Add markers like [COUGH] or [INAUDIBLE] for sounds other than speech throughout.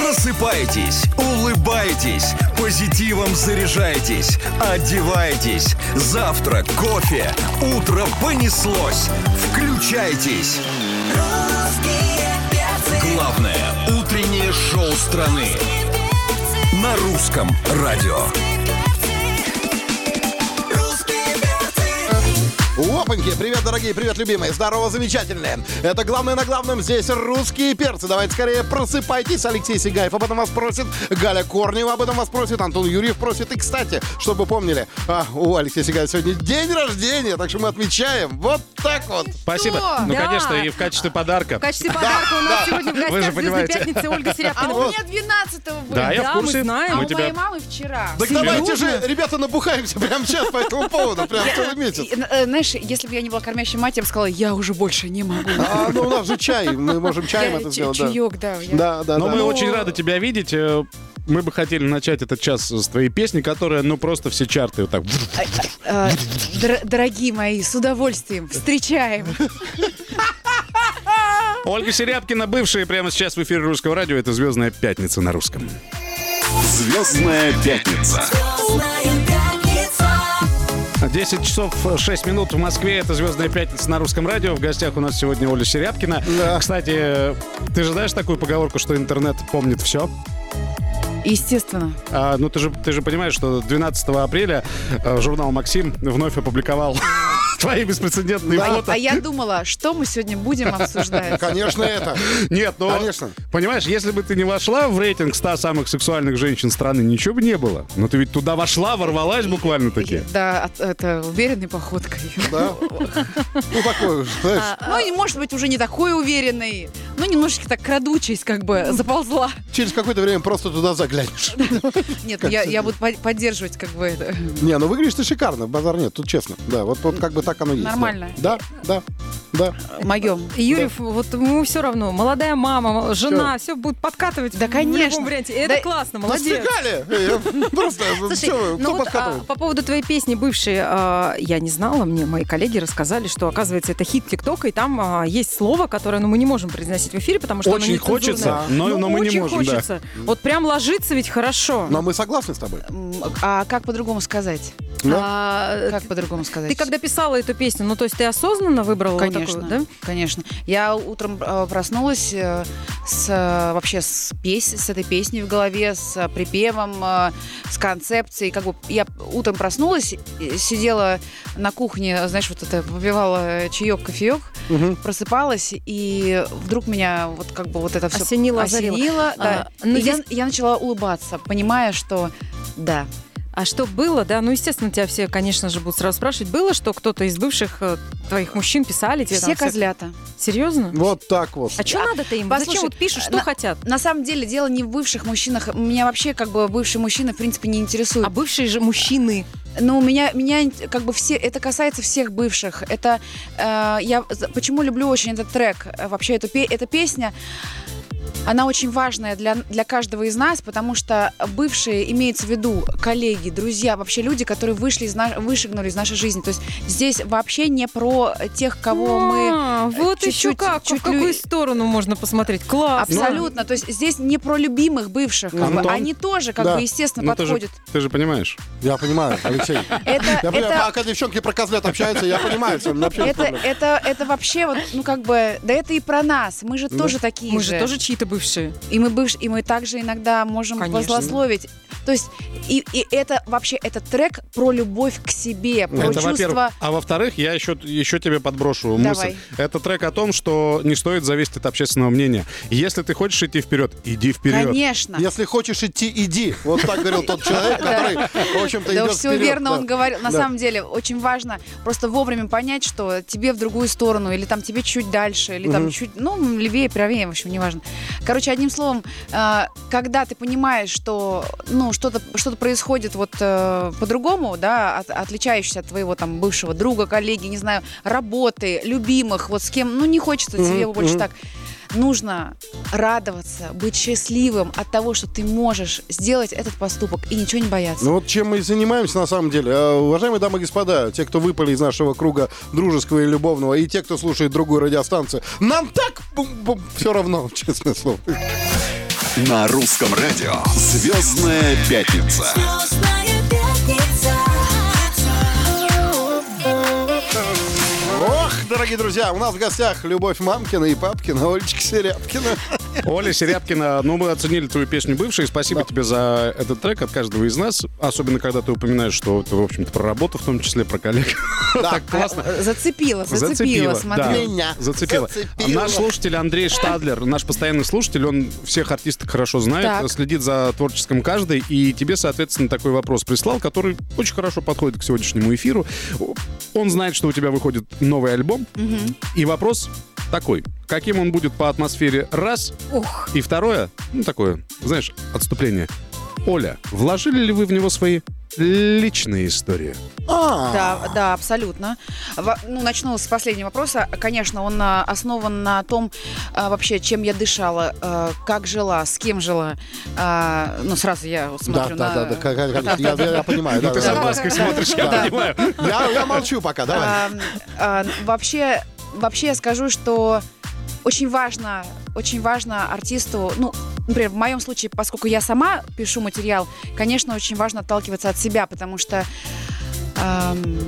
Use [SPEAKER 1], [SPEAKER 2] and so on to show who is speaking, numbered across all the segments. [SPEAKER 1] Просыпаетесь, улыбаетесь, позитивом заряжаетесь, одеваетесь. Завтрак, кофе, утро понеслось. Включайтесь.
[SPEAKER 2] Русские перцы,
[SPEAKER 1] Главное утреннее шоу страны на русском радио.
[SPEAKER 2] русские перцы,
[SPEAKER 3] Опаньки! Привет, дорогие, привет, любимые! Здорово, замечательные! Это главное на главном здесь русские перцы. Давайте скорее просыпайтесь. Алексей Сигаев об этом вас просит, Галя Корнева об этом вас просит, Антон Юрьев просит. И, кстати, чтобы вы помнили, а, у Алексея Сигаева сегодня день рождения, так что мы отмечаем. Вот так вот!
[SPEAKER 4] Спасибо.
[SPEAKER 5] Что?
[SPEAKER 4] Ну,
[SPEAKER 5] Да.
[SPEAKER 4] конечно, и в качестве подарка.
[SPEAKER 5] В качестве подарка у нас сегодня в
[SPEAKER 4] Вы же
[SPEAKER 5] гостях «Звездная
[SPEAKER 4] понимаете.
[SPEAKER 5] пятница» Ольга
[SPEAKER 6] А
[SPEAKER 5] Серябкина.
[SPEAKER 6] у меня 12-го было.
[SPEAKER 4] Да, я в курсе.
[SPEAKER 5] мы знаем.
[SPEAKER 6] А
[SPEAKER 4] Мы
[SPEAKER 6] у
[SPEAKER 4] тебя-
[SPEAKER 6] моей мамы вчера.
[SPEAKER 3] Так давайте же, ребята, набухаемся прямо сейчас по этому поводу, прям целый месяц.
[SPEAKER 6] И, э, Знаешь, если бы я не была кормящей мать, я бы сказала, я уже больше не могу.
[SPEAKER 3] А, ну у нас же чай, мы можем чаем
[SPEAKER 6] Я
[SPEAKER 3] это
[SPEAKER 6] ча-
[SPEAKER 3] сделать, да.
[SPEAKER 6] Чаек, да. я-
[SPEAKER 3] Да, да,
[SPEAKER 4] Но
[SPEAKER 3] да.
[SPEAKER 4] мы очень рады тебя видеть. Э, Мы бы хотели начать этот час с твоей песни, которая, ну, просто все чарты вот так.
[SPEAKER 6] Э, дор- Дорогие мои, с удовольствием встречаем.
[SPEAKER 4] Ольга Серябкина, бывшая, прямо сейчас в эфире Русского радио. Это «Звездная пятница» на русском.
[SPEAKER 1] Звездная пятница.
[SPEAKER 2] Звездная пятница,
[SPEAKER 4] 10 часов 6 минут в Москве. Это «Звездная пятница» на русском радио. В гостях у нас сегодня Оля Серябкина.
[SPEAKER 3] Да.
[SPEAKER 4] Кстати, э, ты же знаешь такую поговорку, что интернет помнит все?
[SPEAKER 6] Естественно.
[SPEAKER 4] А, ну, ты же, ты же понимаешь, что 12 апреля э, журнал «Максим» вновь опубликовал [LAUGHS] твои беспрецедентные фото.
[SPEAKER 6] А я думала, что мы сегодня [LAUGHS] будем обсуждать.
[SPEAKER 3] Конечно, это.
[SPEAKER 4] Нет, ну,
[SPEAKER 3] Конечно.
[SPEAKER 4] понимаешь, если бы ты не вошла в рейтинг 100 самых сексуальных женщин страны, ничего бы не было. Но ты ведь туда вошла, ворвалась буквально-таки.
[SPEAKER 6] Да, от- это уверенной походкой. [LAUGHS]
[SPEAKER 3] Да. Ну, такое, знаешь,
[SPEAKER 6] Ну, и, может быть, уже не такой уверенной, но немножечко так крадучись, как бы заползла.
[SPEAKER 3] через какое-то время просто туда заглянешь.
[SPEAKER 6] Нет, ну, я, я буду по- поддерживать, как бы это.
[SPEAKER 3] Не, ну выглядишь ты шикарно, базар нет, тут честно. Да, вот, вот как бы так оно есть. да.
[SPEAKER 6] Нормально.
[SPEAKER 3] Да, да, да.
[SPEAKER 6] моем.
[SPEAKER 5] Юрьев, вот ему все равно. Молодая мама, жена, все будет подкатывать.
[SPEAKER 6] Да,
[SPEAKER 5] в
[SPEAKER 6] конечно.
[SPEAKER 5] любом варианте. И Это
[SPEAKER 6] Да-
[SPEAKER 5] классно,
[SPEAKER 3] Ну,
[SPEAKER 5] молодец.
[SPEAKER 3] сфигали! Я
[SPEAKER 6] [LAUGHS]
[SPEAKER 3] Просто,
[SPEAKER 5] Слушай,
[SPEAKER 3] всё,
[SPEAKER 5] ну
[SPEAKER 3] кто
[SPEAKER 5] вот, а,
[SPEAKER 3] подкатывает?
[SPEAKER 5] по поводу твоей песни бывшей, а, я не знала, мне мои коллеги рассказали, что, оказывается, это хит ТикТока, и там а, есть слово, которое ну, мы не можем произносить в эфире, потому что оно
[SPEAKER 4] Очень
[SPEAKER 5] нецензурное.
[SPEAKER 4] хочется, но-
[SPEAKER 5] Ну,
[SPEAKER 4] но мы не
[SPEAKER 5] очень
[SPEAKER 4] можем, да.
[SPEAKER 5] хочется. Вот прям ложится ведь хорошо.
[SPEAKER 3] Но мы согласны с тобой.
[SPEAKER 6] А как по-другому сказать?
[SPEAKER 3] Да?
[SPEAKER 5] А,
[SPEAKER 6] Как по-другому сказать?
[SPEAKER 5] Ты когда писала эту песню, ну то есть ты осознанно выбрала вот
[SPEAKER 6] Конечно,
[SPEAKER 5] такую, да?
[SPEAKER 6] конечно. Я утром э, проснулась э, с э, вообще с пес- с этой песней в голове, с э, припевом, э, с концепцией. Как бы я утром проснулась, э, сидела на кухне, знаешь, вот это выпивала чаек, кофеек,
[SPEAKER 3] Мгм.
[SPEAKER 6] просыпалась и вдруг меня вот как бы вот это все
[SPEAKER 5] Осенило, озарило.
[SPEAKER 6] да.
[SPEAKER 5] А, ну,
[SPEAKER 6] И я,
[SPEAKER 5] я-
[SPEAKER 6] я начала улыбаться, понимая, что да.
[SPEAKER 5] А что было, да? Ну, естественно, тебя все, конечно же, будут сразу спрашивать. Было, что кто-то из бывших э, твоих мужчин писали тебе
[SPEAKER 6] Все
[SPEAKER 5] там всяк-
[SPEAKER 6] козлята.
[SPEAKER 5] Серьезно?
[SPEAKER 3] Вот так вот.
[SPEAKER 5] А э, что надо-то им?
[SPEAKER 6] послушай,
[SPEAKER 5] Зачем вот пишут, что
[SPEAKER 6] на-
[SPEAKER 5] хотят?
[SPEAKER 6] На самом деле дело не в бывших мужчинах. Меня вообще как бы бывшие мужчины в принципе не интересуют.
[SPEAKER 5] А бывшие же мужчины.
[SPEAKER 6] Но у меня, меня ин- как бы все, это касается всех бывших. Это э, я за- почему люблю очень этот трек, э, вообще эту пе- эта песня. Она очень важная для, для каждого из нас, потому что бывшие имеется в виду коллеги, друзья, вообще люди, которые вышли из на- вышагнули из нашей жизни. То есть здесь вообще не про тех, кого мы
[SPEAKER 5] А, вот еще
[SPEAKER 6] чуть-чуть-
[SPEAKER 5] как,
[SPEAKER 6] чуть
[SPEAKER 5] в какую
[SPEAKER 6] лю-
[SPEAKER 5] сторону можно посмотреть. Классно.
[SPEAKER 6] Абсолютно. То есть здесь не про любимых бывших. как бы.
[SPEAKER 4] Антон?
[SPEAKER 6] Они тоже, как
[SPEAKER 3] Да.
[SPEAKER 6] бы, естественно,
[SPEAKER 4] Ну, ты же,
[SPEAKER 6] подходят.
[SPEAKER 4] ты же понимаешь.
[SPEAKER 3] Я понимаю, Алексей.
[SPEAKER 6] Это,
[SPEAKER 3] Я понимаю,
[SPEAKER 6] это,
[SPEAKER 3] пока девчонки про козлят общаются, я понимаю, всё, у меня вообще нет
[SPEAKER 6] это,
[SPEAKER 3] проблем.
[SPEAKER 6] это, это вообще вот, ну как бы, да это и про нас. Мы же тоже такие
[SPEAKER 5] Ну, Мы
[SPEAKER 6] же.
[SPEAKER 5] же тоже чьи-то бывшие.
[SPEAKER 6] И мы бывш, и мы также иногда можем
[SPEAKER 5] Конечно.
[SPEAKER 6] возлословить. То есть и, и это вообще этот трек про любовь к себе, про
[SPEAKER 4] Это,
[SPEAKER 6] чувство.
[SPEAKER 4] во-первых. А во-вторых, я еще, еще тебе подброшу
[SPEAKER 6] Давай.
[SPEAKER 4] мысль. Это трек о том, что не стоит зависеть от общественного мнения. Если ты хочешь идти вперед, иди вперед.
[SPEAKER 6] Конечно.
[SPEAKER 3] Если хочешь идти, иди. Вот так говорил тот человек, который, в общем-то,
[SPEAKER 6] Да,
[SPEAKER 3] идет
[SPEAKER 6] все
[SPEAKER 3] вперед,
[SPEAKER 6] верно,
[SPEAKER 3] да.
[SPEAKER 6] он говорил. На
[SPEAKER 3] Да.
[SPEAKER 6] самом деле, очень важно просто вовремя понять, что тебе в другую сторону, или там тебе чуть дальше, или там чуть, ну, левее, правее, в общем, неважно. Короче, одним словом, э, когда ты понимаешь, что, ну, что-то что происходит вот э, по-другому, да, от- отличающееся от твоего там бывшего друга, коллеги, не знаю, работы, любимых, вот с кем, ну, не хочется тебе больше так. Нужно радоваться, быть счастливым от того, что ты можешь сделать этот поступок и ничего не бояться.
[SPEAKER 3] Ну вот чем мы и занимаемся на самом деле. Э, Уважаемые дамы и господа, те, кто выпали из нашего круга дружеского и любовного, и те, [LAUGHS] кто слушает другую радиостанцию, нам так все равно, честное слово.
[SPEAKER 1] на русском радио. Звездная пятница.
[SPEAKER 2] Звездная пятница.
[SPEAKER 3] Ох, дорогие друзья, у нас в гостях Любовь Мамкина и Папкина, Олечка
[SPEAKER 6] [LAUGHS]
[SPEAKER 3] Серябкина.
[SPEAKER 4] Оля Серябкина, ну мы оценили твою песню «Бывшие». Спасибо тебе за этот трек от каждого из нас. Особенно, когда ты упоминаешь, что ты, в общем-то, про работу в том числе, про
[SPEAKER 6] [LAUGHS]
[SPEAKER 4] коллег. Так классно.
[SPEAKER 6] Э, Зацепила, зацепила,
[SPEAKER 4] Зацепила, да.
[SPEAKER 6] смотри.
[SPEAKER 3] Меня
[SPEAKER 4] Зацепила.
[SPEAKER 3] зацепила.
[SPEAKER 4] Наш слушатель Андрей Штадлер, наш постоянный слушатель, он всех артисток хорошо знает,
[SPEAKER 6] Так.
[SPEAKER 4] следит за творческом каждой, и тебе, соответственно, такой вопрос прислал, который очень хорошо подходит к сегодняшнему эфиру. Он знает, что у тебя выходит новый альбом, и вопрос такой. Каким он будет по атмосфере? Раз.
[SPEAKER 5] Ух.
[SPEAKER 4] И второе, ну такое, знаешь, отступление. Оля, вложили ли вы в него свои личные истории?
[SPEAKER 3] А.
[SPEAKER 6] Да, да, абсолютно. Во- ну, начну с последнего вопроса. Конечно, он а, основан на том, а, вообще, чем я дышала, а, как жила, с кем жила. А, ну, сразу я
[SPEAKER 3] Да, да,
[SPEAKER 6] смотрю на...
[SPEAKER 3] да, да, как- как- как- я- я я
[SPEAKER 6] [LAUGHS]
[SPEAKER 3] понимаю. да,
[SPEAKER 4] Ты с
[SPEAKER 3] да, да.
[SPEAKER 4] опаской смотришь, я
[SPEAKER 3] Да.
[SPEAKER 4] понимаю.
[SPEAKER 3] Я я молчу пока, давай.
[SPEAKER 6] А, а, вообще, вообще я скажу, что очень важно, очень важно артисту, ну, например, в моем случае, поскольку я сама пишу материал, конечно, очень важно отталкиваться от себя, потому что ам,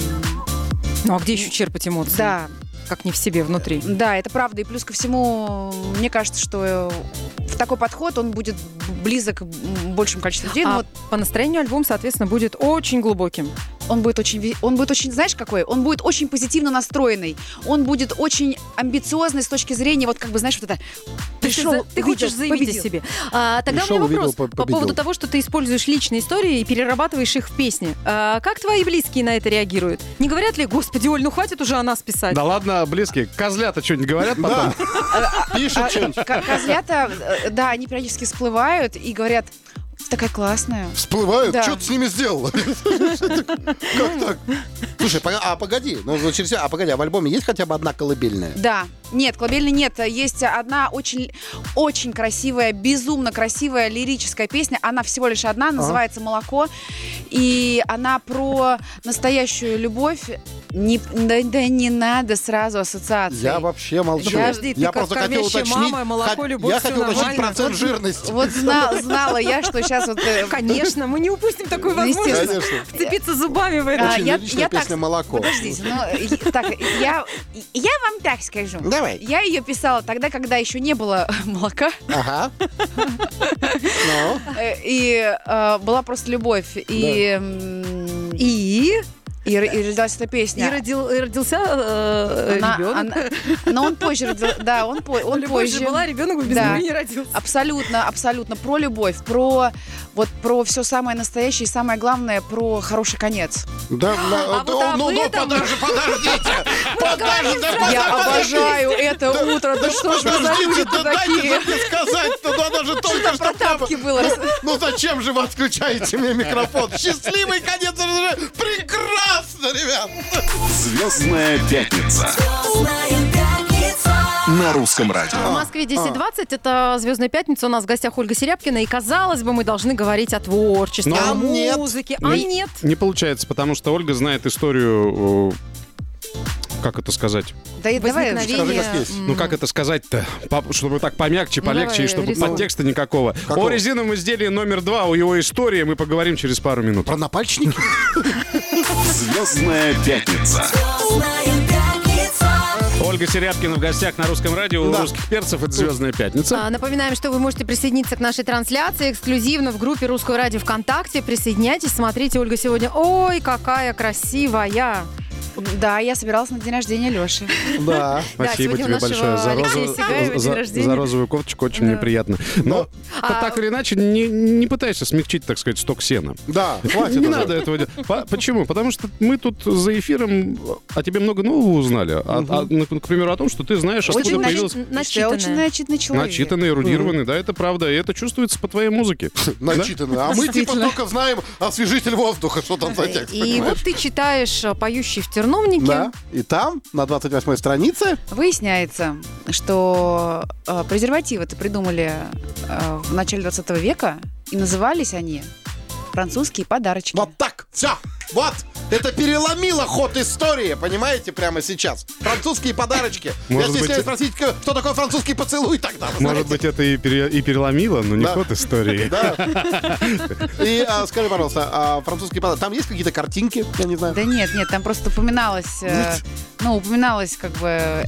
[SPEAKER 5] Ну а где еще черпать эмоции?
[SPEAKER 6] да,
[SPEAKER 5] Как не в себе внутри.
[SPEAKER 6] Да, это правда. И плюс ко всему, мне кажется, что э, в такой подход он будет близок к м, большему количеству людей.
[SPEAKER 5] А
[SPEAKER 6] Ну, вот
[SPEAKER 5] по настроению альбом, соответственно, будет очень глубоким.
[SPEAKER 6] он будет очень, ви- он будет очень, знаешь, какой? Он будет очень позитивно настроенный. Он будет очень амбициозный с точки зрения, вот как бы, знаешь, вот это. Пришел,
[SPEAKER 5] ты, за- ты хочешь
[SPEAKER 6] увидел,
[SPEAKER 5] заявить
[SPEAKER 6] победил.
[SPEAKER 5] о себе. А, тогда
[SPEAKER 3] Пришел,
[SPEAKER 5] у меня
[SPEAKER 3] увидел,
[SPEAKER 5] вопрос
[SPEAKER 3] по-
[SPEAKER 5] по поводу
[SPEAKER 3] победил.
[SPEAKER 5] того, что ты используешь личные истории и перерабатываешь их в песни. А, как твои близкие на это реагируют? Не говорят ли, господи, Оль, ну хватит уже о нас писать?
[SPEAKER 4] Да ладно, близкие. Козлята что-нибудь говорят потом?
[SPEAKER 3] Да. Пишет что-нибудь.
[SPEAKER 6] К- А, э, Козлята, э, да, они периодически всплывают и говорят, «Ты такая классная.
[SPEAKER 3] Всплывают,
[SPEAKER 6] Да.
[SPEAKER 3] что ты с ними сделала? [LAUGHS] Как так? Слушай, пога- а погоди, ну вот через всё- а погоди, а в альбоме есть хотя бы одна колыбельная?
[SPEAKER 6] Да. Нет, колыбельной нет. Есть одна очень, очень красивая, безумно красивая лирическая песня. Она всего лишь одна, называется «Молоко». И она про настоящую любовь. Не, да, да не надо сразу ассоциации.
[SPEAKER 3] Я вообще молчу.
[SPEAKER 5] Да подожди, ты
[SPEAKER 3] я
[SPEAKER 5] как
[SPEAKER 3] просто хотел
[SPEAKER 5] кормящая
[SPEAKER 3] уточнить.
[SPEAKER 5] мама, молоко,
[SPEAKER 3] хот-
[SPEAKER 5] любовь,
[SPEAKER 3] я
[SPEAKER 5] всё
[SPEAKER 3] хотел уточнить
[SPEAKER 5] нормально.
[SPEAKER 3] процент жирности.
[SPEAKER 6] Вот зна- знала я, что сейчас вот... э,
[SPEAKER 5] Конечно, мы не упустим такую
[SPEAKER 6] Ну,
[SPEAKER 5] возможность
[SPEAKER 6] естественно.
[SPEAKER 3] Конечно.
[SPEAKER 5] вцепиться зубами в это.
[SPEAKER 6] А,
[SPEAKER 3] Очень
[SPEAKER 6] я-
[SPEAKER 3] лиричная
[SPEAKER 6] я так
[SPEAKER 3] песня
[SPEAKER 6] с-
[SPEAKER 3] молоко.
[SPEAKER 6] Подождите, ну, э, так, я, я вам так скажу.
[SPEAKER 3] Давай.
[SPEAKER 6] Я ее писала тогда, когда еще не было [LAUGHS] молока.
[SPEAKER 3] Ага. Ну,
[SPEAKER 6] Э, И э, была просто любовь. И... м,
[SPEAKER 5] И,
[SPEAKER 6] И, р- и родилась эта песня.
[SPEAKER 5] и родил- и родился э,
[SPEAKER 6] Она-
[SPEAKER 5] ребенок.
[SPEAKER 6] она- но он позже родил, да, он, по- он
[SPEAKER 5] Любовь
[SPEAKER 6] позже.
[SPEAKER 5] же была, ребенок без
[SPEAKER 6] Да.
[SPEAKER 5] нее не родился.
[SPEAKER 6] Абсолютно, абсолютно про любовь, про вот про все самое настоящее и самое главное про хороший конец.
[SPEAKER 3] да, на-
[SPEAKER 5] А
[SPEAKER 3] да,
[SPEAKER 5] вот об
[SPEAKER 3] ну, ну,
[SPEAKER 5] этом-
[SPEAKER 3] подожди,
[SPEAKER 5] [LAUGHS]
[SPEAKER 3] подождите. Подожди, да
[SPEAKER 6] Я
[SPEAKER 3] подожди.
[SPEAKER 6] обожаю это утро. Да что ж вы за люди
[SPEAKER 3] Подождите, да дайте же
[SPEAKER 6] такие?
[SPEAKER 3] мне сказать-то, ну она же только что...
[SPEAKER 6] Тапки было.
[SPEAKER 3] Ну зачем же вы отключаете мне микрофон? Счастливый конец! Прекрасно, ребят!
[SPEAKER 1] Звездная пятница
[SPEAKER 2] Звездная пятница.
[SPEAKER 1] на русском радио.
[SPEAKER 5] В Москве 10.20, это «Звездная пятница», у нас в гостях Ольга Серябкина, и, казалось бы, мы должны говорить о творчестве,
[SPEAKER 4] Но-
[SPEAKER 5] о
[SPEAKER 4] А
[SPEAKER 3] нет.
[SPEAKER 5] музыке, а
[SPEAKER 4] Не-
[SPEAKER 5] нет.
[SPEAKER 4] Не получается, потому что Ольга знает историю... э, Как это сказать?
[SPEAKER 6] Да и давай.
[SPEAKER 3] скажи,
[SPEAKER 5] Возникновение...
[SPEAKER 3] как есть.
[SPEAKER 5] м,
[SPEAKER 4] Ну как это сказать-то? Пап- Чтобы так помягче,
[SPEAKER 5] Ну,
[SPEAKER 4] полегче,
[SPEAKER 5] давай,
[SPEAKER 4] и чтобы
[SPEAKER 5] рисуй.
[SPEAKER 4] подтекста никакого. О резиновом изделии номер два, у его истории мы поговорим через пару минут.
[SPEAKER 3] Про напальчники?
[SPEAKER 1] Звездная пятница.
[SPEAKER 2] Звездная пятница.
[SPEAKER 4] Ольга Серябкина в гостях на русском радио у
[SPEAKER 3] Да.
[SPEAKER 4] русских перцев. Это Звездная пятница.
[SPEAKER 5] а, Напоминаем, что вы можете присоединиться к нашей трансляции эксклюзивно в группе «Русское радио ВКонтакте». Присоединяйтесь, смотрите, Ольга сегодня... Ой, какая красивая!
[SPEAKER 6] Да, я собиралась на день рождения Леши.
[SPEAKER 3] Да.
[SPEAKER 4] Спасибо
[SPEAKER 5] сегодня у
[SPEAKER 4] тебе
[SPEAKER 5] нашего
[SPEAKER 4] большое за,
[SPEAKER 5] Алексея
[SPEAKER 4] розовую-
[SPEAKER 5] Сигаева день
[SPEAKER 4] за-
[SPEAKER 5] рождения.
[SPEAKER 4] за розовую кофточку, очень мне приятно. Но
[SPEAKER 5] А-
[SPEAKER 4] так или иначе, не, не пытайся смягчить, так сказать, сток [LAUGHS] сена.
[SPEAKER 3] Да, хватит.
[SPEAKER 4] Не
[SPEAKER 3] уже.
[SPEAKER 4] надо этого делать. По- Почему? Потому что мы тут за эфиром о тебе много нового узнали. А- а, ну, к примеру, о том, что ты знаешь, откуда
[SPEAKER 5] Очень
[SPEAKER 4] появился
[SPEAKER 5] начи-
[SPEAKER 6] Я очень
[SPEAKER 5] начитанная.
[SPEAKER 6] начитанный человек.
[SPEAKER 4] начитанный, эрудированный. Да, это правда. И это чувствуется по твоей [LAUGHS] музыке.
[SPEAKER 3] Начитанные. А мы типа только знаем освежитель воздуха, что там за текст.
[SPEAKER 5] И вот ты читаешь э, «Поющий в терновнике».
[SPEAKER 3] Да, и там, на 28-й странице,
[SPEAKER 6] Выясняется, что э, презервативы-то придумали э, в начале 20 века, и назывались они французские подарочки.
[SPEAKER 3] вот так, все, вот, Это переломило ход истории, понимаете, прямо сейчас. Французские подарочки.
[SPEAKER 4] Может
[SPEAKER 3] Я
[SPEAKER 4] быть,
[SPEAKER 3] стесняюсь
[SPEAKER 4] э-
[SPEAKER 3] спросить, к- что такое французский поцелуй тогда. вы
[SPEAKER 4] Может
[SPEAKER 3] знаете?
[SPEAKER 4] быть, это и, пере- и переломило, но не
[SPEAKER 3] Да.
[SPEAKER 4] ход [LAUGHS] истории.
[SPEAKER 3] Да. И а, скажи, пожалуйста, а французский подарок, там есть какие-то картинки? Я не знаю.
[SPEAKER 6] Да нет, нет, там просто упоминалось, э, ну, упоминалось как бы э,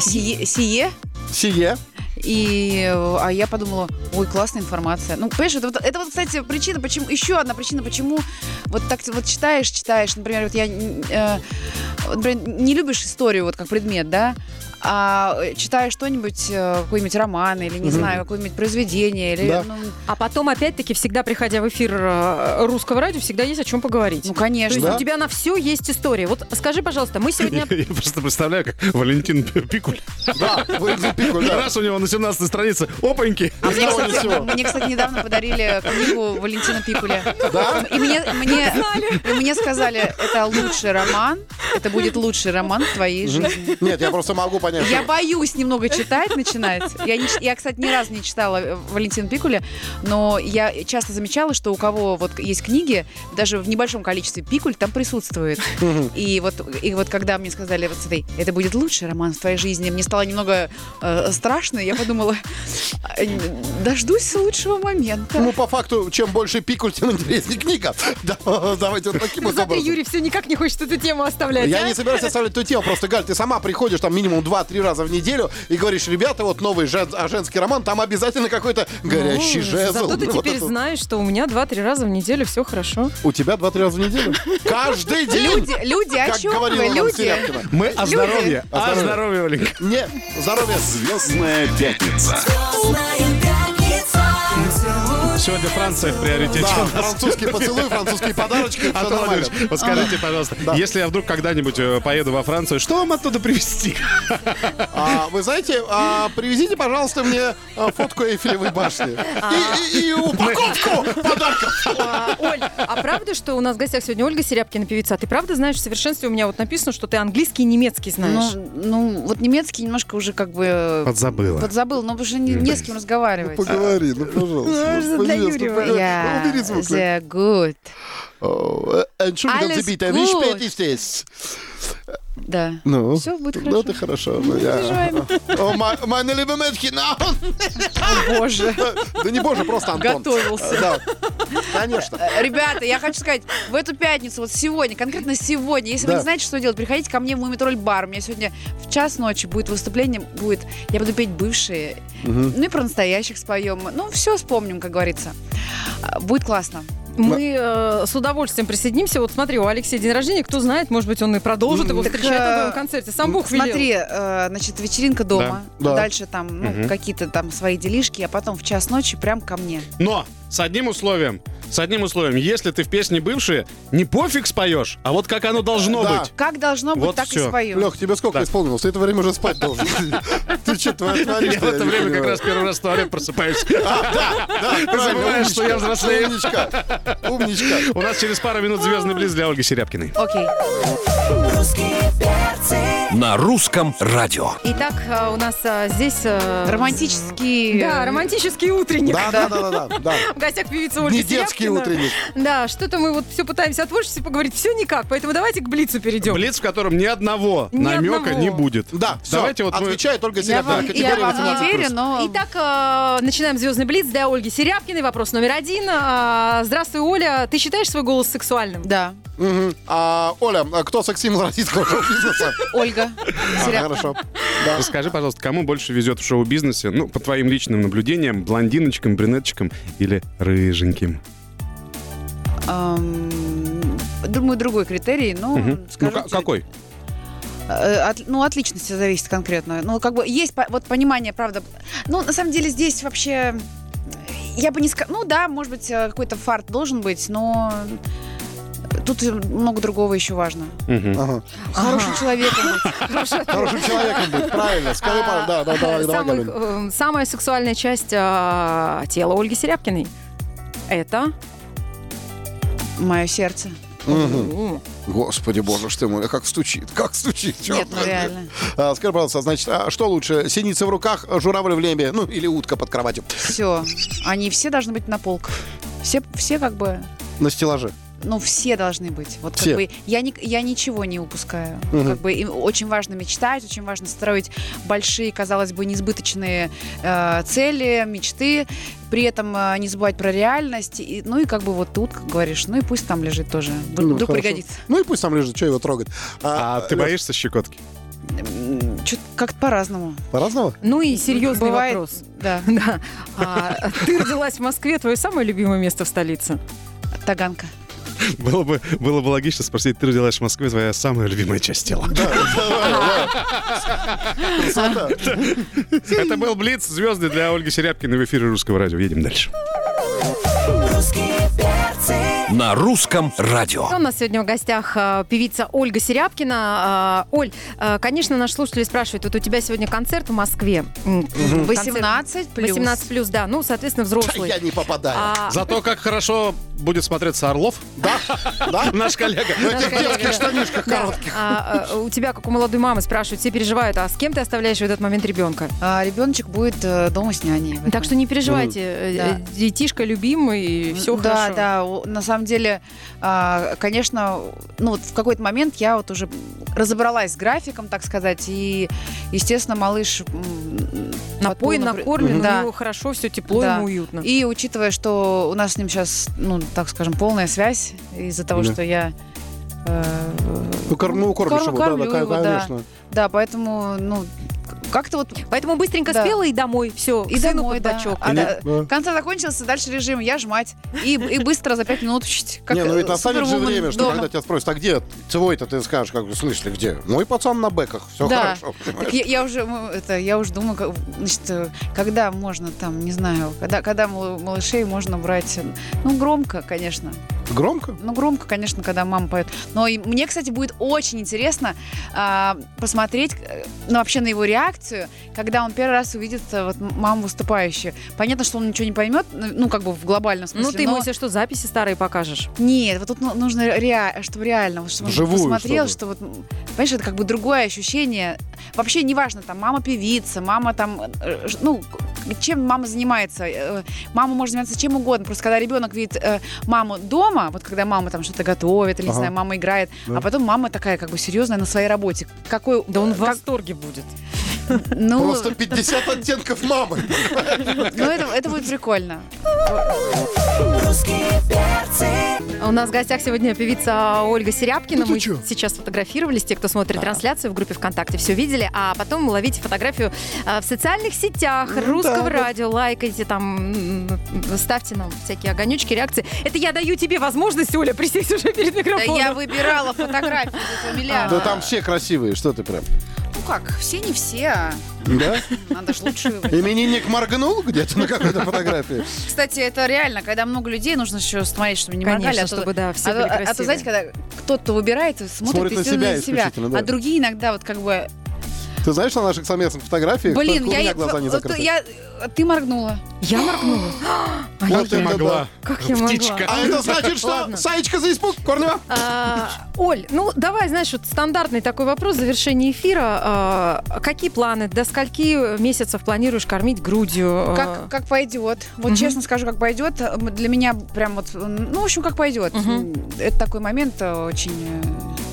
[SPEAKER 6] сие, сие,
[SPEAKER 3] Сие.
[SPEAKER 6] и э, а я подумала, ой, классная информация. Ну, понимаешь, это, вот- это вот, кстати, причина, почему, еще одна причина, почему вот так вот читаешь, читаешь, например, вот я, э, вот, например, не любишь историю вот как предмет, да, а э, читаешь что-нибудь, э, какой-нибудь роман или, не знаю, какое-нибудь произведение, или,
[SPEAKER 3] Да.
[SPEAKER 6] ну,
[SPEAKER 5] А потом, опять-таки, всегда приходя в эфир э, русского радио, всегда есть о чем поговорить.
[SPEAKER 6] ну,
[SPEAKER 5] То
[SPEAKER 6] конечно.
[SPEAKER 5] есть у тебя на все есть история. Вот скажи, пожалуйста,
[SPEAKER 3] [LAUGHS]
[SPEAKER 5] мы сегодня...
[SPEAKER 4] Я [LAUGHS] просто представляю, как Валентин Пикуль.
[SPEAKER 3] Да, вы из Пикуль, Ну да.
[SPEAKER 4] Раз у него на 17 странице, опаньки.
[SPEAKER 6] А
[SPEAKER 3] Ни
[SPEAKER 6] мне,
[SPEAKER 3] с того, ни с
[SPEAKER 6] кстати,
[SPEAKER 3] сего.
[SPEAKER 6] мне, кстати, недавно подарили книгу Валентина Пикуля.
[SPEAKER 3] Да?
[SPEAKER 6] И мне, мне, и мне сказали, это лучший роман, это будет лучший роман в твоей жизни.
[SPEAKER 3] Нет, я просто могу понять.
[SPEAKER 6] Я
[SPEAKER 3] что-
[SPEAKER 6] боюсь немного читать, начинать. Я, не ч- я, кстати, ни разу не читала э, Валентина Пикуля, но я часто замечала, что у кого вот есть книги, даже в небольшом количестве Пикуль там присутствует. И вот, и вот когда мне сказали, вот смотри, это будет лучший роман в твоей жизни, мне стало немного э, страшно, я подумала, э, дождусь лучшего момента.
[SPEAKER 3] Ну, по факту, чем больше пикуль, тем интереснее книга. [LAUGHS] Да, Давайте вот таким вот
[SPEAKER 5] Смотри,
[SPEAKER 3] образом.
[SPEAKER 5] Юрий все никак не хочет эту тему оставлять.
[SPEAKER 3] Я
[SPEAKER 5] а?
[SPEAKER 3] не собираюсь оставлять эту тему, просто, Галь, ты сама приходишь там минимум 2-3 раза в неделю и говоришь, ребята, вот новый жен- а, женский роман, там обязательно какой-то горящий
[SPEAKER 5] Ну,
[SPEAKER 3] жезл.
[SPEAKER 5] Зато ты
[SPEAKER 3] Ну, вот
[SPEAKER 5] теперь
[SPEAKER 3] это вот.
[SPEAKER 5] знаешь, что у меня 2-3 раза в неделю все хорошо.
[SPEAKER 3] У тебя 2-3 раза в
[SPEAKER 5] [LAUGHS]
[SPEAKER 3] неделю? Каждый день!
[SPEAKER 6] Люди, люди, о
[SPEAKER 3] Как
[SPEAKER 6] чем
[SPEAKER 3] говорила
[SPEAKER 6] вы,
[SPEAKER 3] нам
[SPEAKER 6] люди?
[SPEAKER 3] Серябкина.
[SPEAKER 4] Мы о здоровье.
[SPEAKER 3] О
[SPEAKER 4] О
[SPEAKER 3] здоровье.
[SPEAKER 4] здоровье, Валенька.
[SPEAKER 3] Не, здоровье.
[SPEAKER 1] Звездная пятница.
[SPEAKER 2] Звездная пятница.
[SPEAKER 4] Сегодня Франция в приоритете. А
[SPEAKER 3] Да, французский поцелуй, французские подарочки, все
[SPEAKER 4] Антон
[SPEAKER 3] нормально.
[SPEAKER 4] Владимирович, вот скажите, пожалуйста,
[SPEAKER 3] Да.
[SPEAKER 4] если я вдруг когда-нибудь э, поеду во Францию, что вам оттуда привезти?
[SPEAKER 3] А, вы знаете, а, привезите, пожалуйста, мне а, фотку Эйфелевой башни. И, и- и упаковку подарков.
[SPEAKER 5] А, Оль, а правда, что у нас в гостях сегодня Ольга Серябкина, певица? А ты правда знаешь в совершенстве? У меня вот написано, что ты английский и немецкий знаешь.
[SPEAKER 6] Ну, ну, вот немецкий немножко уже как бы...
[SPEAKER 4] Подзабыла.
[SPEAKER 6] Подзабыл, но уже не, не с кем разговаривать.
[SPEAKER 3] Поговори, ну,
[SPEAKER 5] Ну,
[SPEAKER 3] пожалуйста.
[SPEAKER 5] это для
[SPEAKER 3] Пожалуйста,
[SPEAKER 5] Юрия.
[SPEAKER 3] поговори.
[SPEAKER 6] Я
[SPEAKER 3] Убери звук.
[SPEAKER 6] sehr good.
[SPEAKER 3] Oh, Entschuldigung,
[SPEAKER 6] Alles
[SPEAKER 3] Sie bitte, wie
[SPEAKER 6] gut.
[SPEAKER 3] spät ist es?
[SPEAKER 6] Да.
[SPEAKER 3] Ну,
[SPEAKER 6] Всё будет
[SPEAKER 3] Ну,
[SPEAKER 6] хорошо.
[SPEAKER 3] это хорошо. ну, я- О, ма- Meine liebe Mädchen, ah.
[SPEAKER 6] [LAUGHS] Боже.
[SPEAKER 3] Да не боже, просто Антон.
[SPEAKER 6] Готовился.
[SPEAKER 3] Да, конечно.
[SPEAKER 6] Э, Ребята, я хочу сказать, в эту пятницу, вот сегодня, конкретно сегодня, если
[SPEAKER 3] Да.
[SPEAKER 6] вы не знаете, что делать, приходите ко мне в мой метроль бар. У меня сегодня в час ночи будет выступление, будет, я буду петь бывшие, ну и про настоящих споем. Ну, все вспомним, как говорится. А, Будет классно.
[SPEAKER 5] Мы э, с удовольствием присоединимся. Вот смотри, у Алексея день рождения, кто знает, может быть, он и продолжит его
[SPEAKER 6] Так,
[SPEAKER 5] встречать на
[SPEAKER 6] э,
[SPEAKER 5] твоем концерте. Сам Ну, Бог велел.
[SPEAKER 6] Смотри, э, значит, вечеринка дома.
[SPEAKER 3] Да. Да.
[SPEAKER 6] Дальше там, ну, какие-то там свои делишки, а потом в час ночи прям ко мне.
[SPEAKER 4] Но с одним условием. С одним условием. Если ты в песне бывшие, не пофиг споешь, а вот как оно должно
[SPEAKER 3] Да.
[SPEAKER 4] быть.
[SPEAKER 6] Как должно быть,
[SPEAKER 4] Вот
[SPEAKER 6] так
[SPEAKER 4] всё.
[SPEAKER 6] и спою.
[SPEAKER 3] Лех, тебе сколько
[SPEAKER 4] Да.
[SPEAKER 3] исполнилось? Ты это время уже спать
[SPEAKER 4] [LAUGHS]
[SPEAKER 3] должен. Ты что, твоя творишь?
[SPEAKER 4] Я в это время как раз первый раз в туалет просыпаюсь.
[SPEAKER 3] А, Ты
[SPEAKER 4] забываешь, что я взрослею.
[SPEAKER 3] Умничка. Умничка.
[SPEAKER 4] У нас через пару минут звездный близ для Ольги Серябкиной.
[SPEAKER 6] Окей.
[SPEAKER 2] Русские перцы.
[SPEAKER 7] На русском радио.
[SPEAKER 5] Итак, э, у нас э, здесь... э,
[SPEAKER 6] Романтический. э,
[SPEAKER 5] Да, романтический утренник.
[SPEAKER 3] Да, да, да, да, да, да.
[SPEAKER 5] В гостях певица Ольга
[SPEAKER 3] Не детский
[SPEAKER 5] Серябкина.
[SPEAKER 3] утренник.
[SPEAKER 5] Да, что-то мы вот все пытаемся о творчестве поговорить, все никак, поэтому давайте к Блицу перейдем.
[SPEAKER 4] Блиц, в котором ни одного
[SPEAKER 5] Ни
[SPEAKER 4] намека
[SPEAKER 5] одного.
[SPEAKER 4] не будет.
[SPEAKER 3] Да, все.
[SPEAKER 4] Давайте вот мы...
[SPEAKER 3] Отвечает только
[SPEAKER 6] Я
[SPEAKER 3] Серебряна.
[SPEAKER 6] вам, я
[SPEAKER 3] Категория
[SPEAKER 6] вам не
[SPEAKER 3] 18+.
[SPEAKER 6] верю, но...
[SPEAKER 5] Итак, э, начинаем «Звездный Блиц» для Ольги Серябкиной. Вопрос номер один. Э, Здравствуй, Оля. Ты считаешь свой голос сексуальным?
[SPEAKER 6] Да,
[SPEAKER 3] Мгм. А, Оля, а кто сексим российского шоу-бизнеса?
[SPEAKER 6] Ольга.
[SPEAKER 3] А,
[SPEAKER 6] Серяб-
[SPEAKER 3] Хорошо.
[SPEAKER 4] Расскажи, пожалуйста, кому больше везет в шоу-бизнесе, ну, по твоим личным наблюдениям, блондиночкам, брюнеточкам или рыженьким?
[SPEAKER 6] Эм, Думаю, другой критерий, но
[SPEAKER 4] Мгм. Ну,
[SPEAKER 6] скажу
[SPEAKER 4] ка-
[SPEAKER 6] тебе-
[SPEAKER 4] какой?
[SPEAKER 6] Э, от- ну, от личности зависит конкретно. Ну, как бы есть по- вот понимание, правда. Ну, на самом деле здесь вообще... э, Я бы не сказала... Ну, да, может быть, э, какой-то фарт должен быть, но... Тут много другого еще важно.
[SPEAKER 4] Мгм.
[SPEAKER 3] Ага.
[SPEAKER 6] Хорошим человеком быть.
[SPEAKER 3] Хорошим человеком быть, правильно. Скажи, пожалуйста. Да, да, давай, давай,
[SPEAKER 5] Самый,
[SPEAKER 3] Галин.
[SPEAKER 5] э, Самая сексуальная часть э, тела Ольги Серябкиной – [LAUGHS] это...
[SPEAKER 6] Мое сердце.
[SPEAKER 3] Ну.
[SPEAKER 5] М,
[SPEAKER 3] Господи, боже ж ты мой, как стучит, как стучит.
[SPEAKER 6] Нет,
[SPEAKER 3] черт
[SPEAKER 6] ну,
[SPEAKER 3] возьми.
[SPEAKER 6] реально.
[SPEAKER 3] А, скажи, пожалуйста, значит, а что лучше, синица в руках, журавль в лебе, ну или утка под кроватью
[SPEAKER 6] Все. Они все должны быть на полках. Все, все как бы...
[SPEAKER 3] на стеллаже?
[SPEAKER 6] ну, все должны быть. Вот
[SPEAKER 3] Все.
[SPEAKER 6] как бы я, ни- я ничего не упускаю.
[SPEAKER 3] Мгм.
[SPEAKER 6] Как бы им очень важно мечтать, очень важно строить большие, казалось бы, несбыточные э, цели, мечты, при этом э, не забывать про реальность. И, ну и как бы вот тут, как говоришь, ну и пусть там лежит тоже. Вдруг,
[SPEAKER 3] Ну,
[SPEAKER 6] вдруг
[SPEAKER 3] хорошо.
[SPEAKER 6] пригодится.
[SPEAKER 3] Ну и пусть сам лежит, что его трогать.
[SPEAKER 4] А ты
[SPEAKER 3] Лёш,
[SPEAKER 4] боишься щекотки?
[SPEAKER 6] Чё-то как-то по-разному.
[SPEAKER 4] [LAUGHS]
[SPEAKER 3] По-разному?
[SPEAKER 5] Ну и серьезный
[SPEAKER 6] Бывает,
[SPEAKER 5] вопрос. [LAUGHS]
[SPEAKER 6] Да,
[SPEAKER 5] Да. А, ты родилась в Москве, твое самое любимое место в столице?
[SPEAKER 6] таганка.
[SPEAKER 4] Было бы, было бы логично спросить, ты родилась в Москве, твоя самая любимая часть тела.
[SPEAKER 3] Красота.
[SPEAKER 4] Это был Блиц, звезды для Ольги Серябкиной в эфире Русского радио. Едем дальше.
[SPEAKER 2] русские перцы.
[SPEAKER 7] На русском радио.
[SPEAKER 5] У нас сегодня в гостях э, певица Ольга Серябкина. Э, Оль, э, конечно, наши слушатели спрашивают, вот у тебя сегодня концерт в Москве. М, концерт
[SPEAKER 6] 18 плюс.
[SPEAKER 5] 18 плюс, да, ну, соответственно, взрослый.
[SPEAKER 3] Я не попадаю.
[SPEAKER 5] А,
[SPEAKER 4] Зато как хорошо будет смотреться Орлов. Да,
[SPEAKER 3] Да? Ну,
[SPEAKER 4] наш коллега.
[SPEAKER 3] В этих
[SPEAKER 5] коллега.
[SPEAKER 3] детских штанишках
[SPEAKER 5] да,
[SPEAKER 3] коротких.
[SPEAKER 5] а, э, у тебя, как у молодой мамы, спрашивают, все переживают, а с кем ты оставляешь в этот момент ребенка?
[SPEAKER 6] А ребеночек будет э, дома с няней. в этом.
[SPEAKER 5] Так что не переживайте, э,
[SPEAKER 6] Да.
[SPEAKER 5] э, детишка любимый, и все
[SPEAKER 6] да,
[SPEAKER 5] хорошо.
[SPEAKER 6] Да, у- на самом деле, а, конечно, ну вот в какой-то момент я вот уже разобралась с графиком, так сказать, и, естественно, малыш м,
[SPEAKER 5] Напоен,
[SPEAKER 6] потом, напр-
[SPEAKER 5] накормлен, у
[SPEAKER 6] да.
[SPEAKER 5] него хорошо, все тепло,
[SPEAKER 6] Да.
[SPEAKER 5] ему уютно.
[SPEAKER 6] И учитывая, что у нас с ним сейчас, ну, так скажем, полная связь из-за того,
[SPEAKER 4] Да.
[SPEAKER 6] что я э,
[SPEAKER 3] Ну, кор- ну, кормишь
[SPEAKER 6] Корм-
[SPEAKER 3] его, да, да,
[SPEAKER 6] кормлю его,
[SPEAKER 3] ко-
[SPEAKER 6] да.
[SPEAKER 3] конечно.
[SPEAKER 6] да, поэтому, ну, как-то вот
[SPEAKER 5] Поэтому быстренько
[SPEAKER 6] Да.
[SPEAKER 5] спела и домой, все,
[SPEAKER 6] и домой,
[SPEAKER 5] под
[SPEAKER 6] да.
[SPEAKER 5] бочок.
[SPEAKER 6] А,
[SPEAKER 4] Или-
[SPEAKER 6] да,
[SPEAKER 3] э,
[SPEAKER 6] Концерт закончился, дальше режим, я жмать. И, и быстро за пять минут э, учить.
[SPEAKER 3] не, ну ведь настанет же время, что когда
[SPEAKER 6] когда
[SPEAKER 3] тебя спросят, а где твой-то, ты скажешь, как, в смысле, где? Мой пацан на бэках, все
[SPEAKER 6] Да.
[SPEAKER 3] хорошо.
[SPEAKER 6] Так я, я уже, м, это, я уже думаю, как- значит, э, когда можно там, не знаю, когда, когда мал- малышей можно брать, э, ну, громко, конечно.
[SPEAKER 3] Громко?
[SPEAKER 6] Ну, громко, конечно, когда мама поет. Но и мне, кстати, будет очень интересно а, посмотреть, э, ну, вообще на его реакцию, когда он первый раз увидит э, вот м- маму выступающую. Понятно, что он ничего не поймет, ну, как бы в глобальном смысле.
[SPEAKER 5] Ну, ты
[SPEAKER 6] но-
[SPEAKER 5] ему, если что, записи старые покажешь.
[SPEAKER 6] Нет, вот тут ну- нужно, реа- чтобы реально, вот чтобы он
[SPEAKER 3] Вживую,
[SPEAKER 6] посмотрел,
[SPEAKER 3] чтобы.
[SPEAKER 6] что вот, м, понимаешь, это как бы другое ощущение. Вообще неважно, там, мама певица, мама там, э, ж- ну, к- чем мама занимается. э, Мама может заниматься чем угодно, просто когда ребенок видит э, маму дома, вот когда мама там что-то готовит, или, не
[SPEAKER 3] Ага.
[SPEAKER 6] знаю, мама играет, а потом мама такая как бы серьезная на своей работе. Какой...
[SPEAKER 5] Да он в
[SPEAKER 6] как-
[SPEAKER 5] восторге будет.
[SPEAKER 6] ну,
[SPEAKER 3] Просто 50 оттенков мамы.
[SPEAKER 6] ну, это, это будет прикольно.
[SPEAKER 2] русские перцы.
[SPEAKER 5] У нас в гостях сегодня певица Ольга Серябкина. Мы сейчас фотографировались. Те, кто смотрит трансляцию в группе ВКонтакте, все видели. А потом ловите фотографию э, в социальных сетях русского радио. Лайкайте там, м, м, ставьте нам всякие огонечки, реакции. Это я даю тебе возможность, Оля, присесть уже перед
[SPEAKER 6] Да
[SPEAKER 5] микрофоном.
[SPEAKER 6] я выбирала фотографии, тут миллиард.
[SPEAKER 3] А, Да там все красивые, что ты прям.
[SPEAKER 6] Ну как, все не все, а
[SPEAKER 3] Да?
[SPEAKER 6] надо же лучшую
[SPEAKER 3] Именинник моргнул где-то на какой-то фотографии.
[SPEAKER 6] Кстати, это реально, когда много людей, нужно еще смотреть, чтобы не
[SPEAKER 5] Конечно,
[SPEAKER 6] моргали. а то-
[SPEAKER 5] чтобы, да, все
[SPEAKER 6] а, то-
[SPEAKER 5] были
[SPEAKER 6] а- а то,
[SPEAKER 5] красивые.
[SPEAKER 6] знаете, когда кто-то выбирает, и смотрит,
[SPEAKER 3] Смотрит на
[SPEAKER 6] естественно,
[SPEAKER 3] себя
[SPEAKER 6] на себя.
[SPEAKER 3] исключительно, да.
[SPEAKER 6] А другие иногда вот как бы...
[SPEAKER 3] Ты знаешь на наших совместных фотографиях,
[SPEAKER 6] Блин,
[SPEAKER 3] только
[SPEAKER 6] я...
[SPEAKER 3] у меня
[SPEAKER 6] и-
[SPEAKER 3] глаза не
[SPEAKER 6] вот
[SPEAKER 3] закрыты?
[SPEAKER 6] я- Ты моргнула.
[SPEAKER 5] Я моргнула. А
[SPEAKER 3] Вот
[SPEAKER 4] Как ты
[SPEAKER 3] это да.
[SPEAKER 4] могла?
[SPEAKER 5] Как я
[SPEAKER 4] Птичка.
[SPEAKER 5] могла?
[SPEAKER 3] А это значит, что
[SPEAKER 5] Ладно.
[SPEAKER 3] Саечка за испуг, Корнева?
[SPEAKER 5] А, Оль, ну давай, знаешь, вот стандартный такой вопрос завершения эфира. А, Какие планы? До скольки месяцев планируешь кормить грудью? А,
[SPEAKER 6] Как, как пойдет. Вот
[SPEAKER 5] Мгм.
[SPEAKER 6] честно скажу, как пойдет. Для меня прям вот... Ну, в общем, как пойдет.
[SPEAKER 5] Мгм.
[SPEAKER 6] Это такой момент э, очень... э,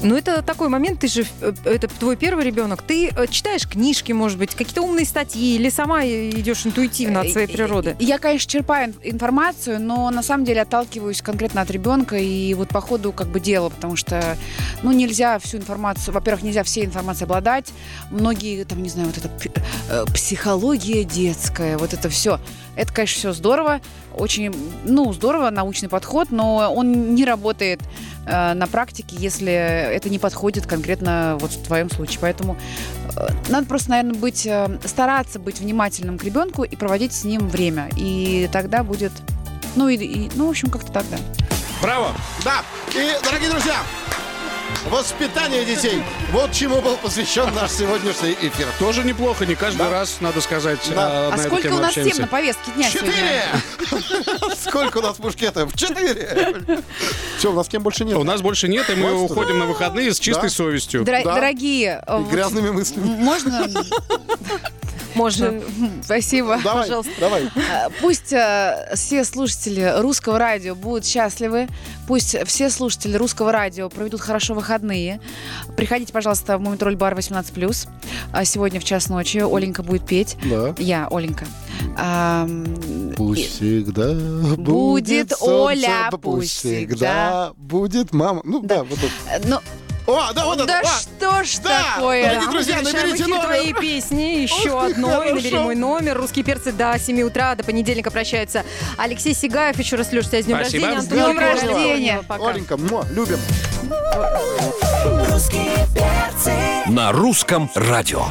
[SPEAKER 5] Ну, это такой момент, ты же, э, это твой первый ребенок, ты э, читаешь книжки, может быть, какие-то умные статьи, или сама и- идешь интуитивно от своей
[SPEAKER 6] Э, э,
[SPEAKER 5] природы?
[SPEAKER 6] Я, конечно, черпаю ин- информацию, но на самом деле отталкиваюсь конкретно от ребенка и вот по ходу как бы дела, потому что, ну, нельзя всю информацию, во-первых, нельзя всей информацией обладать. Многие, там, не знаю, вот эта пи- э, психология детская, вот это все. Это, конечно, все здорово, очень, ну, здорово, научный подход, но он не работает э, на практике, если это не подходит конкретно вот в твоем случае. Поэтому э, надо просто, наверное, быть, э, стараться быть внимательным к ребенку и проводить с ним время. И тогда будет, ну, и, и- ну в общем, как-то так, да.
[SPEAKER 4] Браво!
[SPEAKER 3] Да. И, дорогие друзья, воспитание детей. Вот чему был посвящен наш сегодняшний эфир.
[SPEAKER 4] Тоже неплохо, не каждый
[SPEAKER 3] Да.
[SPEAKER 4] раз, надо сказать,
[SPEAKER 3] Да.
[SPEAKER 4] э,
[SPEAKER 6] А
[SPEAKER 4] на эту
[SPEAKER 6] сколько
[SPEAKER 4] тему
[SPEAKER 6] у нас
[SPEAKER 4] общаемся.
[SPEAKER 6] тем на повестке дня
[SPEAKER 3] Четыре!
[SPEAKER 6] сегодня?
[SPEAKER 3] [LAUGHS] Сколько у нас мушкетов? Четыре! Все, у нас кем больше
[SPEAKER 4] У
[SPEAKER 3] нет.
[SPEAKER 4] нас больше нет, и мы
[SPEAKER 3] Просто.
[SPEAKER 4] уходим на выходные с
[SPEAKER 3] Да.
[SPEAKER 4] чистой совестью.
[SPEAKER 6] Дора-
[SPEAKER 3] Да.
[SPEAKER 6] Дорогие, э, [LAUGHS]
[SPEAKER 3] И
[SPEAKER 6] вот
[SPEAKER 3] грязными мыслями.
[SPEAKER 6] можно...
[SPEAKER 5] Можно.
[SPEAKER 6] Спасибо.
[SPEAKER 3] Давай,
[SPEAKER 5] Пожалуйста.
[SPEAKER 3] давай.
[SPEAKER 6] Э, Пусть э, все слушатели русского радио будут счастливы. Пусть все слушатели русского радио проведут хорошо выходные. Приходите, пожалуйста, в Мумитроль Бар 18+. А Сегодня в час ночи Оленька будет петь.
[SPEAKER 3] Да.
[SPEAKER 6] Я, Оленька. Ам,
[SPEAKER 3] Пусть всегда будет,
[SPEAKER 6] Будет
[SPEAKER 3] солнце,
[SPEAKER 6] Оля,
[SPEAKER 3] пусть
[SPEAKER 6] пусть
[SPEAKER 3] всегда будет мама. Ну да, вот тут.
[SPEAKER 6] э, ну,
[SPEAKER 3] О, да, вот
[SPEAKER 6] да
[SPEAKER 3] это. а!
[SPEAKER 6] что ж
[SPEAKER 3] Да,
[SPEAKER 5] Э,
[SPEAKER 6] такое? а?
[SPEAKER 3] дорогие друзья,
[SPEAKER 5] Сейчас
[SPEAKER 3] наберите
[SPEAKER 5] в эфир
[SPEAKER 3] номер.
[SPEAKER 5] а, твои песни, еще
[SPEAKER 3] ты,
[SPEAKER 5] одно, и набери
[SPEAKER 3] хорошо.
[SPEAKER 5] мой номер. «Русские перцы» до 7 утра, до понедельника прощается. Алексей Сигаев, еще раз, Леша, тебя с днем
[SPEAKER 4] Спасибо.
[SPEAKER 5] рождения.
[SPEAKER 4] С
[SPEAKER 5] Антон
[SPEAKER 6] днем
[SPEAKER 5] Егоров.
[SPEAKER 6] рождения.
[SPEAKER 5] Пока.
[SPEAKER 3] Оленька, муа, любим.
[SPEAKER 2] русские перцы.
[SPEAKER 7] На русском радио.